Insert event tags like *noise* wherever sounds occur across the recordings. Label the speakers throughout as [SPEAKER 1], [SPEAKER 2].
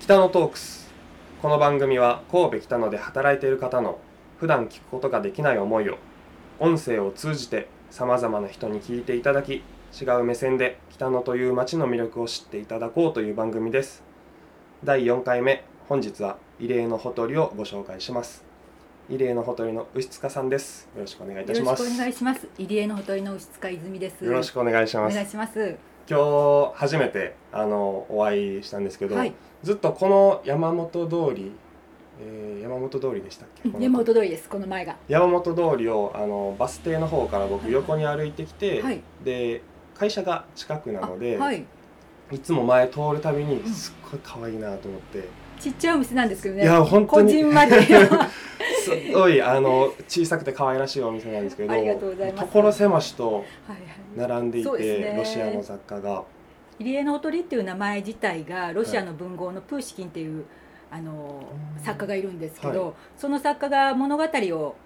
[SPEAKER 1] 北野トークスこの番組は神戸北野で働いている方の普段聞くことができない思いを音声を通じてさまざまな人に聞いていただき違う目線で北野という街の魅力を知っていただこうという番組です第4回目本日は異例のほとりをご紹介します異例のほとりの牛塚さんですよろしくお願いいたし
[SPEAKER 2] よろ
[SPEAKER 1] ます
[SPEAKER 2] しくお願いします。入江のほとりの牛塚泉です。
[SPEAKER 1] よろしくお願いし
[SPEAKER 2] お
[SPEAKER 1] ます
[SPEAKER 2] 願いします。
[SPEAKER 1] 今日初めてあのお会いしたんですけど、
[SPEAKER 2] はい、
[SPEAKER 1] ずっとこの山本通り、えー山本通りでしたっけこの
[SPEAKER 2] 根元通りです。この前が。
[SPEAKER 1] 山本通りをあのバス停の方から
[SPEAKER 2] は
[SPEAKER 1] 僕
[SPEAKER 2] い
[SPEAKER 1] 横に歩いてきて、
[SPEAKER 2] はい。
[SPEAKER 1] で会社が近くなので、
[SPEAKER 2] あはい。
[SPEAKER 1] い、つも前通るたびに
[SPEAKER 2] ん
[SPEAKER 1] すっごい可愛いなと思って、
[SPEAKER 2] ちっちゃいお店なんですけどね。
[SPEAKER 1] いや本当
[SPEAKER 2] こ
[SPEAKER 1] に
[SPEAKER 2] じ
[SPEAKER 1] *laughs*
[SPEAKER 2] んまり。
[SPEAKER 1] すっごいあの小さくて可愛らしいお店なんですけど
[SPEAKER 2] ありがとうございます
[SPEAKER 1] 所狭しと
[SPEAKER 2] はいは
[SPEAKER 1] 並んでい
[SPEAKER 2] そう
[SPEAKER 1] て、
[SPEAKER 2] ですね
[SPEAKER 1] ロシアの雑貨が。
[SPEAKER 2] い、入江のほとりっていう名前自体がロシアの文豪のプーシキンっていう、あの
[SPEAKER 1] うん
[SPEAKER 2] 作家がいるんですけど、
[SPEAKER 1] は
[SPEAKER 2] その作家が物語を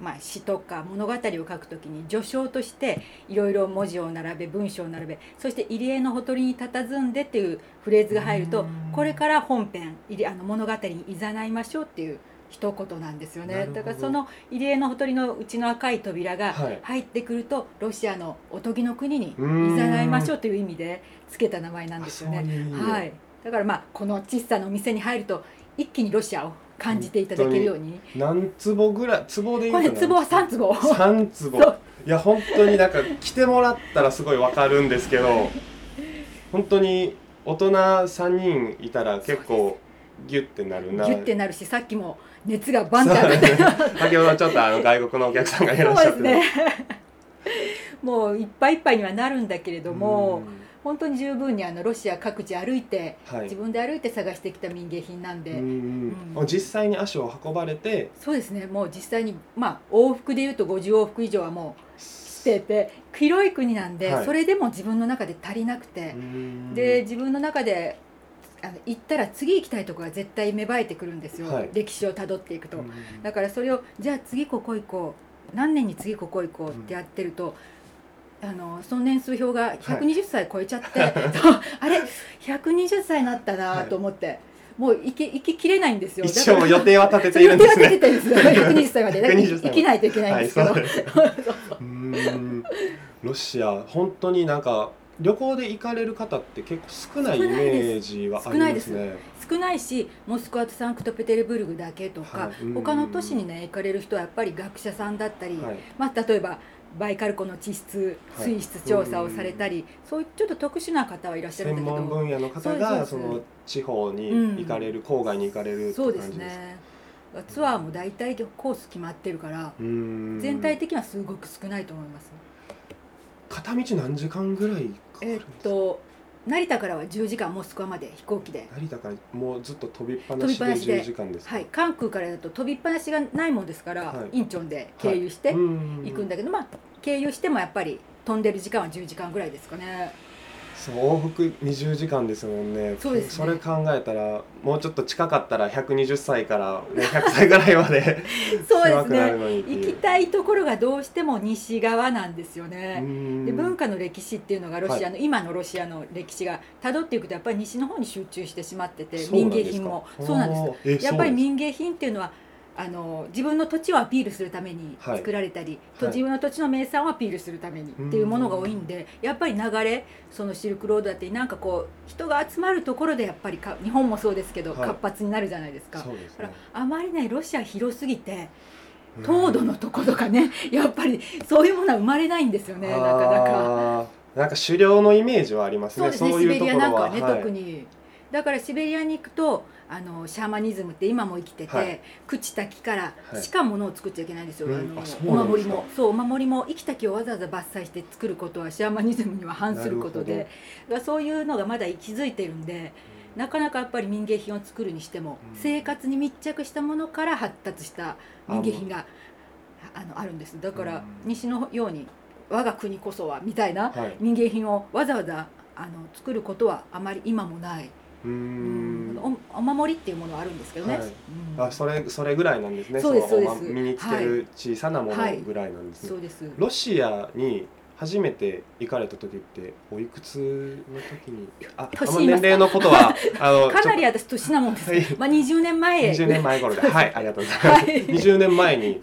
[SPEAKER 2] まあ、詩とか物語を書くときに序章としていろいろ文字を並べ文章を並べそして「入江のほとりに佇んで」っていうフレーズが入ると
[SPEAKER 1] うん
[SPEAKER 2] これから本編入れあの物語にいざないましょうっていう一言なんですよ
[SPEAKER 1] なる
[SPEAKER 2] ね
[SPEAKER 1] ほど
[SPEAKER 2] だからその入江のほとりのうちの赤い扉が
[SPEAKER 1] はい
[SPEAKER 2] 入ってくると、ロシアのおとぎの国にい
[SPEAKER 1] うん
[SPEAKER 2] ざないましょうという意味でつけた名前なんですよ
[SPEAKER 1] あ
[SPEAKER 2] ね。
[SPEAKER 1] そういう意味で
[SPEAKER 2] はい、だからまあこの小さなお店に入ると一気にロシアを感じていただけるように
[SPEAKER 1] 何坪ぐらい坪で言
[SPEAKER 2] こ
[SPEAKER 1] うと
[SPEAKER 2] れ壺は3坪
[SPEAKER 1] 三坪
[SPEAKER 2] そう
[SPEAKER 1] いや本当になんか来てもらったらすごいわかるんですけど本当に大人3人いたら結構ギュッてなるな
[SPEAKER 2] ギュッてなるしさっきも熱がバンって上がって
[SPEAKER 1] そう先ほどちょっとあの外国のお客さんがいらっし
[SPEAKER 2] *laughs* そ
[SPEAKER 1] ゃ
[SPEAKER 2] う
[SPEAKER 1] っ
[SPEAKER 2] です
[SPEAKER 1] て
[SPEAKER 2] ねもういっぱいいっぱいにはなるんだけれども本当に十分にあのロシア各地歩いて
[SPEAKER 1] うんはい
[SPEAKER 2] 自分で歩いて探してきた民芸品なんで、
[SPEAKER 1] うん
[SPEAKER 2] うん
[SPEAKER 1] 実際に足を運ばれて
[SPEAKER 2] そうですねもう実際に、まあ、往復でいうと50往復以上はもうしてて広い国なんで、
[SPEAKER 1] はい
[SPEAKER 2] それでも自分の中で足りなくて、
[SPEAKER 1] うん
[SPEAKER 2] で自分の中であの行ったら次行きたいところが絶対芽生えてくるんですよ、
[SPEAKER 1] はい
[SPEAKER 2] 歴史をたどっていくと、
[SPEAKER 1] うん
[SPEAKER 2] だからそれをじゃあ次ここ行こう何年に次ここ行こうってやってると、あのその年数表が120歳超え
[SPEAKER 1] *laughs*
[SPEAKER 2] ちゃって、そうあれ120歳になったなと思って、もう行き行ききれないんですよ
[SPEAKER 1] 一応
[SPEAKER 2] だから
[SPEAKER 1] 予定は立てているんです
[SPEAKER 2] 予
[SPEAKER 1] ね
[SPEAKER 2] 定は立ててるんですよ120歳までだから
[SPEAKER 1] 120歳まで
[SPEAKER 2] 生きないといけないんですけど、
[SPEAKER 1] はいそううんロシア本当になんか旅行で行かれる方って結構少ないイメージはありますね
[SPEAKER 2] 少ないしモスクワとサンクトペテルブルクだけとか、
[SPEAKER 1] はいうん
[SPEAKER 2] 他の都市にね行かれる人はやっぱり学者さんだったり、
[SPEAKER 1] はい
[SPEAKER 2] まあ、例えばバイカル湖の地質
[SPEAKER 1] はい
[SPEAKER 2] 水質調査をされたり、そういうちょっと特殊な方はいらっしゃるん
[SPEAKER 1] 専
[SPEAKER 2] だけど
[SPEAKER 1] 門分野の方
[SPEAKER 2] そうで
[SPEAKER 1] が
[SPEAKER 2] す
[SPEAKER 1] そ
[SPEAKER 2] そうです
[SPEAKER 1] の地方に行かれる、郊外に行かれるって
[SPEAKER 2] そうで
[SPEAKER 1] 感
[SPEAKER 2] す
[SPEAKER 1] じですか
[SPEAKER 2] ねツアーも大体コース決まってるから、
[SPEAKER 1] うーん
[SPEAKER 2] 全体的にはすごく少ないと思います、
[SPEAKER 1] 片道何時間ぐらいかかるんで
[SPEAKER 2] えっ
[SPEAKER 1] すか、
[SPEAKER 2] と成田からは10時間モスクワまで飛行機で、
[SPEAKER 1] 成田からもうずっと飛びっぱなしで
[SPEAKER 2] 飛びっぱなしで
[SPEAKER 1] 10時間ですか
[SPEAKER 2] はい、関空からだと飛びっぱなしがないもんですから、
[SPEAKER 1] はい
[SPEAKER 2] インチョンで経由して
[SPEAKER 1] うー
[SPEAKER 2] 行くんだけど、まあ経由してもやっぱり飛んでる時間は10時間ぐらいですかね
[SPEAKER 1] そう往復20時間ですもんね
[SPEAKER 2] そうですね
[SPEAKER 1] れ考えたらもうちょっと近かったら120歳から100歳ぐらいまで
[SPEAKER 2] *laughs*
[SPEAKER 1] *laughs*
[SPEAKER 2] そうで
[SPEAKER 1] 狭
[SPEAKER 2] す
[SPEAKER 1] くなる
[SPEAKER 2] ね
[SPEAKER 1] のにっていう
[SPEAKER 2] 行きたいところがどうしても西側なんですよね、で文
[SPEAKER 1] 化
[SPEAKER 2] 化の歴史っていうのがロシアの、今のロシアの歴史がたどっていくとやっぱり西の方に集中してしまってて民芸品もそうなんです
[SPEAKER 1] ですか
[SPEAKER 2] やっぱり
[SPEAKER 1] えそうなんです
[SPEAKER 2] 民芸品っていうのはあの自分の土地をアピールするために
[SPEAKER 1] はい
[SPEAKER 2] 作られたり、
[SPEAKER 1] い
[SPEAKER 2] と自分の土地の名産をアピールするためにっていうものが多いんでやっぱり流れそのシルクロードだってなんかこう人が集まるところでやっぱりか日本もそうですけど、
[SPEAKER 1] はい
[SPEAKER 2] 活発になるじゃないですか。
[SPEAKER 1] そうです
[SPEAKER 2] だ
[SPEAKER 1] ね
[SPEAKER 2] からあまりねロシア広すぎて
[SPEAKER 1] うん
[SPEAKER 2] 凍土のとことかね、やっぱりそういうものは生まれないんですよねなかなか。
[SPEAKER 1] あーなんか狩猟のイメージはあります
[SPEAKER 2] そう
[SPEAKER 1] ね。
[SPEAKER 2] ですね
[SPEAKER 1] そう
[SPEAKER 2] シ
[SPEAKER 1] い
[SPEAKER 2] ベ
[SPEAKER 1] うと
[SPEAKER 2] リ
[SPEAKER 1] ころ
[SPEAKER 2] アなんか
[SPEAKER 1] は
[SPEAKER 2] はね、特にだからシベリアに行くとあのシャーマニズムって今も生きてて、
[SPEAKER 1] はい
[SPEAKER 2] 朽ちた木から
[SPEAKER 1] はい
[SPEAKER 2] しかものを作っちゃいけないんですよ、
[SPEAKER 1] うん
[SPEAKER 2] あの
[SPEAKER 1] あそう
[SPEAKER 2] お
[SPEAKER 1] なんですか
[SPEAKER 2] 守りもそうお守りも生きた木をわざわざ伐採して作ることはシャーマニズムには反すること
[SPEAKER 1] なる
[SPEAKER 2] でだからそういうのがまだ息づいてるんでなかなかやっぱり民芸品を作るにしても、
[SPEAKER 1] うん
[SPEAKER 2] 生活に密着したものから発達した民芸品があのあるんですだから、
[SPEAKER 1] うん
[SPEAKER 2] 西のように我が国こそはみたいな
[SPEAKER 1] はい。
[SPEAKER 2] 民芸品をわざわざあの作ることはあまり今もない、
[SPEAKER 1] うーん。
[SPEAKER 2] おお守りっていうものはあるんですけどね、
[SPEAKER 1] はい
[SPEAKER 2] うん
[SPEAKER 1] あ、それそれぐらいなんですね。
[SPEAKER 2] そうです
[SPEAKER 1] の
[SPEAKER 2] そうです
[SPEAKER 1] ま身につける小さなものぐらいなんですね。
[SPEAKER 2] そうです
[SPEAKER 1] ロシアに初めて行かれた時っておいくつの時にああ
[SPEAKER 2] 年
[SPEAKER 1] んま
[SPEAKER 2] 言い
[SPEAKER 1] 年
[SPEAKER 2] ますか
[SPEAKER 1] 齢のことはあの
[SPEAKER 2] *laughs* かな
[SPEAKER 1] ち
[SPEAKER 2] り私年なもんです、
[SPEAKER 1] はい
[SPEAKER 2] まあ20年前
[SPEAKER 1] ょ20年前頃で
[SPEAKER 2] そう
[SPEAKER 1] はいありがとうございます、
[SPEAKER 2] はい
[SPEAKER 1] 20年前に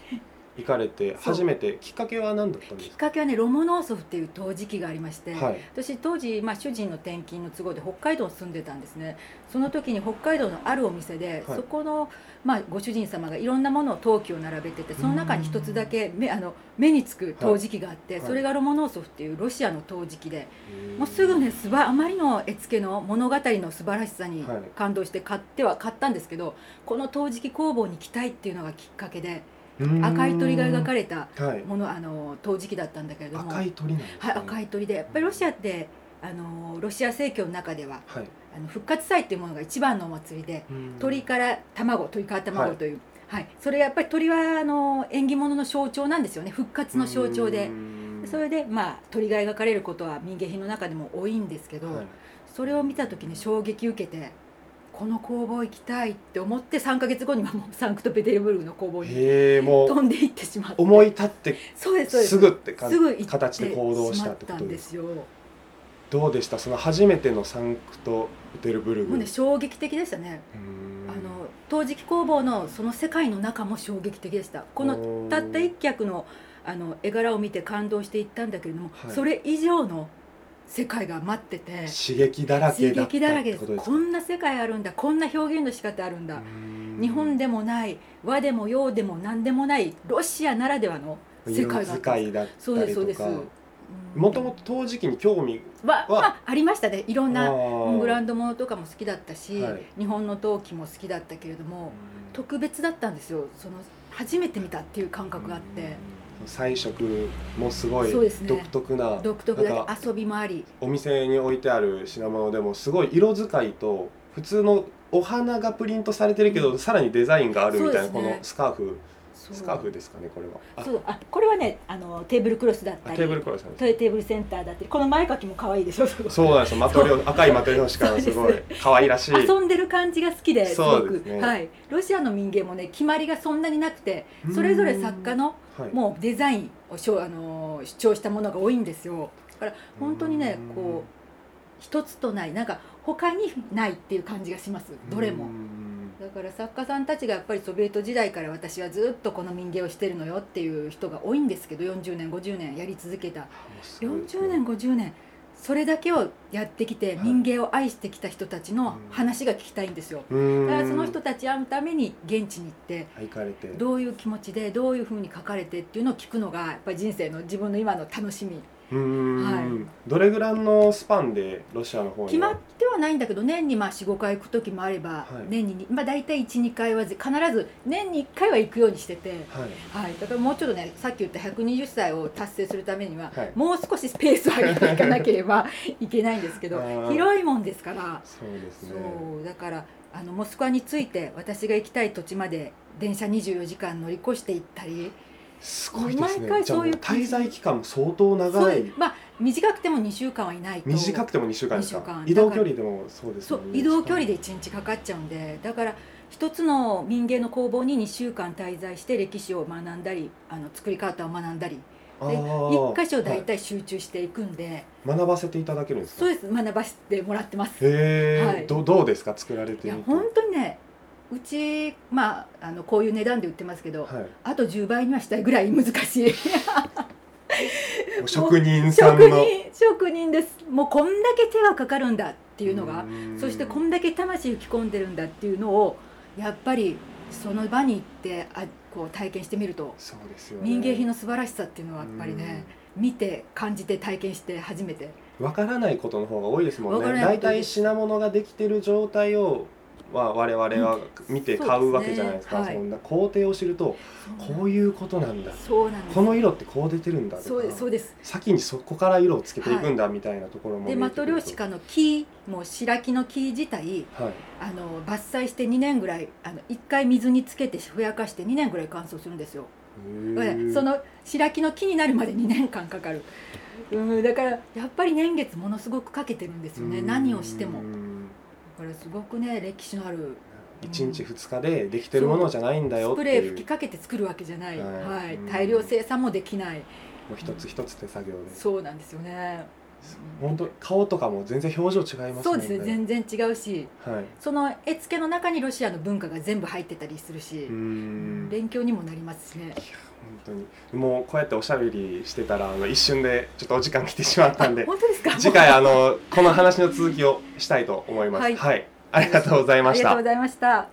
[SPEAKER 1] 行かれて
[SPEAKER 2] う
[SPEAKER 1] 初めてきっかけは何だったんで
[SPEAKER 2] きっ
[SPEAKER 1] すか
[SPEAKER 2] かけはねロモノーソフっていう陶磁器がありまして、
[SPEAKER 1] はい
[SPEAKER 2] 私当時、まあ、主人の転勤の都合で北海道に住んでたんですねその時に北海道のあるお店で、
[SPEAKER 1] はい
[SPEAKER 2] そこの、まあ、ご主人様がいろんなものを陶器を並べててその中に一つだけ目あの目につく陶磁器があっ
[SPEAKER 1] は
[SPEAKER 2] て、
[SPEAKER 1] い
[SPEAKER 2] それがロモノーソフっていうロシアの陶磁器で、
[SPEAKER 1] うん
[SPEAKER 2] もうすぐねすばあまりの絵付けの物語の素晴らしさに
[SPEAKER 1] はい
[SPEAKER 2] 感動して買っては買ったんですけどこの陶磁器工房に来たいっていうのがきっかけで
[SPEAKER 1] うん
[SPEAKER 2] 赤い鳥が描かれた
[SPEAKER 1] はい
[SPEAKER 2] ものあの陶磁器だったんだけれども
[SPEAKER 1] 赤い鳥なんですね
[SPEAKER 2] はい、赤い鳥でやっぱりロシアってあのロシア正教の中では
[SPEAKER 1] はい
[SPEAKER 2] あの復活祭っていうものが一番のお祭りで
[SPEAKER 1] うん
[SPEAKER 2] 鳥から卵鳥から
[SPEAKER 1] は
[SPEAKER 2] 卵
[SPEAKER 1] い
[SPEAKER 2] という、はいそれやっぱり鳥はあの縁起物の象徴なんですよね復活の象徴で
[SPEAKER 1] う。ん
[SPEAKER 2] それで、まあ、鳥が描かれることは民芸品の中でも多いんですけど、
[SPEAKER 1] はい
[SPEAKER 2] それを見た時に衝撃受けてこの工房行きたいって思って3か月後にはもうサンクトペテルブルクの工房に
[SPEAKER 1] へえも
[SPEAKER 2] 飛
[SPEAKER 1] うん
[SPEAKER 2] でいってしまって
[SPEAKER 1] 思い立って
[SPEAKER 2] そうですそうです
[SPEAKER 1] すぐって感じ
[SPEAKER 2] すぐ行って
[SPEAKER 1] 形で行動したって
[SPEAKER 2] し
[SPEAKER 1] こ
[SPEAKER 2] まった
[SPEAKER 1] と
[SPEAKER 2] ん
[SPEAKER 1] で
[SPEAKER 2] ですすよも
[SPEAKER 1] どうでしたその初めてのサンクトペテルブルグ
[SPEAKER 2] うね衝撃的でしたね、
[SPEAKER 1] うん
[SPEAKER 2] あの陶磁器工房のその世界の中も衝撃的でしたこの
[SPEAKER 1] おー
[SPEAKER 2] たった一脚のあの絵柄を見て感動していったんだけれども、
[SPEAKER 1] はい
[SPEAKER 2] それ以上の世界が待ってて
[SPEAKER 1] 刺激だらけ
[SPEAKER 2] 刺
[SPEAKER 1] だった
[SPEAKER 2] 激だらけ
[SPEAKER 1] って
[SPEAKER 2] で
[SPEAKER 1] こ
[SPEAKER 2] す
[SPEAKER 1] と
[SPEAKER 2] こ
[SPEAKER 1] です
[SPEAKER 2] んな世界あるんだこんな表現の仕方あるんだ、日本
[SPEAKER 1] で
[SPEAKER 2] でもない和でも洋でも何でもないロシアならではの世
[SPEAKER 1] 世
[SPEAKER 2] 界
[SPEAKER 1] 界
[SPEAKER 2] が
[SPEAKER 1] が
[SPEAKER 2] あったんです
[SPEAKER 1] 使いだっ
[SPEAKER 2] そう
[SPEAKER 1] た
[SPEAKER 2] です
[SPEAKER 1] り
[SPEAKER 2] そう
[SPEAKER 1] と
[SPEAKER 2] です
[SPEAKER 1] かもとも
[SPEAKER 2] と
[SPEAKER 1] と陶磁器に興味は
[SPEAKER 2] は、まあ、ありましたねいろんなうんブラン
[SPEAKER 1] ド
[SPEAKER 2] ドものとかも好きだったし、
[SPEAKER 1] はい
[SPEAKER 2] 日本の陶器も好きだったけれども特別だったんですよその初めて見たっていう感覚があって
[SPEAKER 1] 彩色もすごい
[SPEAKER 2] そうですね
[SPEAKER 1] 独特な
[SPEAKER 2] 独特だ
[SPEAKER 1] なんか
[SPEAKER 2] けど遊びもあり
[SPEAKER 1] お店に置いてある品物でもすごい色使いと普通のお花がプリントされてるけど、さらにデザインがあるみたいな、
[SPEAKER 2] そう
[SPEAKER 1] こ
[SPEAKER 2] ですね
[SPEAKER 1] のスカーフ
[SPEAKER 2] そう
[SPEAKER 1] スカーフですかねこれはあ
[SPEAKER 2] そうあこれはねあのテーブルクロスだっ
[SPEAKER 1] あ
[SPEAKER 2] たり
[SPEAKER 1] テーブルクロスなんです
[SPEAKER 2] ト
[SPEAKER 1] ね
[SPEAKER 2] イレテーブルセンターだったりこの前掛きも可愛いでしょすごい
[SPEAKER 1] そうなんですよマトリョ赤いマトリョーシカがすごい
[SPEAKER 2] そう
[SPEAKER 1] 可愛らしい
[SPEAKER 2] 遊んでる感じが好きですご
[SPEAKER 1] そう
[SPEAKER 2] く
[SPEAKER 1] ですね
[SPEAKER 2] はい、ロシアの民芸もね決まりがそんなになくてそれぞれ作家の
[SPEAKER 1] はい
[SPEAKER 2] もうデザインをしょあの主張したものが多いんですよだから本当にね
[SPEAKER 1] うん
[SPEAKER 2] こう一つとないなんか他にないっていう感じがしますどれ
[SPEAKER 1] う
[SPEAKER 2] も
[SPEAKER 1] ん
[SPEAKER 2] だから作家さんたちがやっぱりソビエト時代から私はずっとこの民芸をしてるのよっていう人が多いんですけど40年50年やり続けた
[SPEAKER 1] すごいですね
[SPEAKER 2] 40年50年それだけをやってきて
[SPEAKER 1] はい
[SPEAKER 2] 民芸を愛してきた人たちの話が聞きたいんですよ
[SPEAKER 1] うん
[SPEAKER 2] だからその人たち会うために現地に行って
[SPEAKER 1] 行かれて
[SPEAKER 2] どういう気持ちでどういうふうに書かれてっていうのを聞くのがやっぱり人生の自分の今の楽しみ
[SPEAKER 1] うん、
[SPEAKER 2] は
[SPEAKER 1] どれぐらいのスパンでロシアの方に
[SPEAKER 2] 決まってはないんだけど年にまあ45回行く時もあれば
[SPEAKER 1] はい
[SPEAKER 2] 年ににまあ大体12回は必ず年に1回は行くようにしてて
[SPEAKER 1] はい
[SPEAKER 2] はいだからもうちょっとねさっき言った120歳を達成するためには
[SPEAKER 1] はい
[SPEAKER 2] もう少しスペースを上げていかなければいけないんですけ
[SPEAKER 1] あ
[SPEAKER 2] ど
[SPEAKER 1] ー
[SPEAKER 2] 広いもんですから
[SPEAKER 1] そうですね
[SPEAKER 2] そうだからあのモスクワに着いて私が行きたい土地まで電車24時間乗り越して行ったり。
[SPEAKER 1] すごいですね
[SPEAKER 2] 毎回
[SPEAKER 1] じゃあ
[SPEAKER 2] そ
[SPEAKER 1] も
[SPEAKER 2] う
[SPEAKER 1] う
[SPEAKER 2] いう
[SPEAKER 1] 滞在期間も相当
[SPEAKER 2] そう
[SPEAKER 1] 長い
[SPEAKER 2] まあ短くても2週間はいないと
[SPEAKER 1] 短くても2週間です
[SPEAKER 2] 2週
[SPEAKER 1] か
[SPEAKER 2] 間
[SPEAKER 1] 移動距離でもそうです
[SPEAKER 2] そ
[SPEAKER 1] よ
[SPEAKER 2] う
[SPEAKER 1] ね
[SPEAKER 2] 移動距離で1日かかっちゃうんでだから一つの民芸の工房に2週間滞在して歴史を学んだりあの作り方を学んだり
[SPEAKER 1] あー
[SPEAKER 2] 1箇所大
[SPEAKER 1] は
[SPEAKER 2] 体集中していくんで、
[SPEAKER 1] い学ばせていただけるんですか
[SPEAKER 2] そうです学ばせてもらってます。
[SPEAKER 1] へえ、
[SPEAKER 2] はい
[SPEAKER 1] どどうですか作られ
[SPEAKER 2] い
[SPEAKER 1] て
[SPEAKER 2] や
[SPEAKER 1] みて
[SPEAKER 2] 本当にねうち、まあ、あのこういう値段で売ってますけど、
[SPEAKER 1] はい
[SPEAKER 2] あと10倍にはしたいぐらい難しい
[SPEAKER 1] もう職人さん
[SPEAKER 2] 職
[SPEAKER 1] の
[SPEAKER 2] 人職人ですもうこんだけ手がかかるんだっていうのが
[SPEAKER 1] ん
[SPEAKER 2] そしてこんだけ魂吹き込んでるんだっていうのをやっぱりその場に行ってあこう体験してみると
[SPEAKER 1] そうですよね
[SPEAKER 2] 民芸品の素晴らしさっていうのはやっぱりね見て感じて体験して初めて
[SPEAKER 1] わからないことの方が多いですもん
[SPEAKER 2] わから
[SPEAKER 1] ね
[SPEAKER 2] な
[SPEAKER 1] 大
[SPEAKER 2] いこと
[SPEAKER 1] 体品物ができてる状態をは我々は見て買うわけじゃないですか、
[SPEAKER 2] そうですね
[SPEAKER 1] そんな工程を知るとこういうことなんだ
[SPEAKER 2] そうなんです
[SPEAKER 1] この色ってこう出てるんだとか
[SPEAKER 2] そうですそうです
[SPEAKER 1] 先にそこから色をつけていくんだみたいなところも見えてく
[SPEAKER 2] で
[SPEAKER 1] る
[SPEAKER 2] マ
[SPEAKER 1] と
[SPEAKER 2] トリョーシカの木もう白木の木自体
[SPEAKER 1] はい
[SPEAKER 2] あの伐採して2年ぐらいあの1回水につけてふやかして2年ぐらい乾燥するんですよだからその白木の木になるまで2年間かかる、うん、だからやっぱり年月ものすごくかけてるんですよね何をしてもだからすごくね歴史のある
[SPEAKER 1] 1日2日でできてるものじゃないんだよ
[SPEAKER 2] ス
[SPEAKER 1] って
[SPEAKER 2] プレー
[SPEAKER 1] い
[SPEAKER 2] 吹き
[SPEAKER 1] う
[SPEAKER 2] かけて作るわけじゃない、
[SPEAKER 1] は
[SPEAKER 2] はいい
[SPEAKER 1] うん
[SPEAKER 2] 大量生産もできない
[SPEAKER 1] もう一つ一つ手作業で、
[SPEAKER 2] そうなんですよね
[SPEAKER 1] 本当顔とかも全然表情違いますもんね
[SPEAKER 2] そうですね全然違うし
[SPEAKER 1] はい
[SPEAKER 2] その絵付けの中にロシアの文化が全部入ってたりするし
[SPEAKER 1] うー、ん
[SPEAKER 2] 勉強にもなりますし
[SPEAKER 1] い
[SPEAKER 2] ね
[SPEAKER 1] や本当にもうこうやっておしゃべりしてたらあの一瞬でちょっとお時間来てしまったんで
[SPEAKER 2] 本当ですか
[SPEAKER 1] 次回あのこの話の続きをしたいと思います。
[SPEAKER 2] はい
[SPEAKER 1] はい、ありがとうござい
[SPEAKER 2] あ
[SPEAKER 1] ま
[SPEAKER 2] り
[SPEAKER 1] し
[SPEAKER 2] がと
[SPEAKER 1] た
[SPEAKER 2] うご。ざいました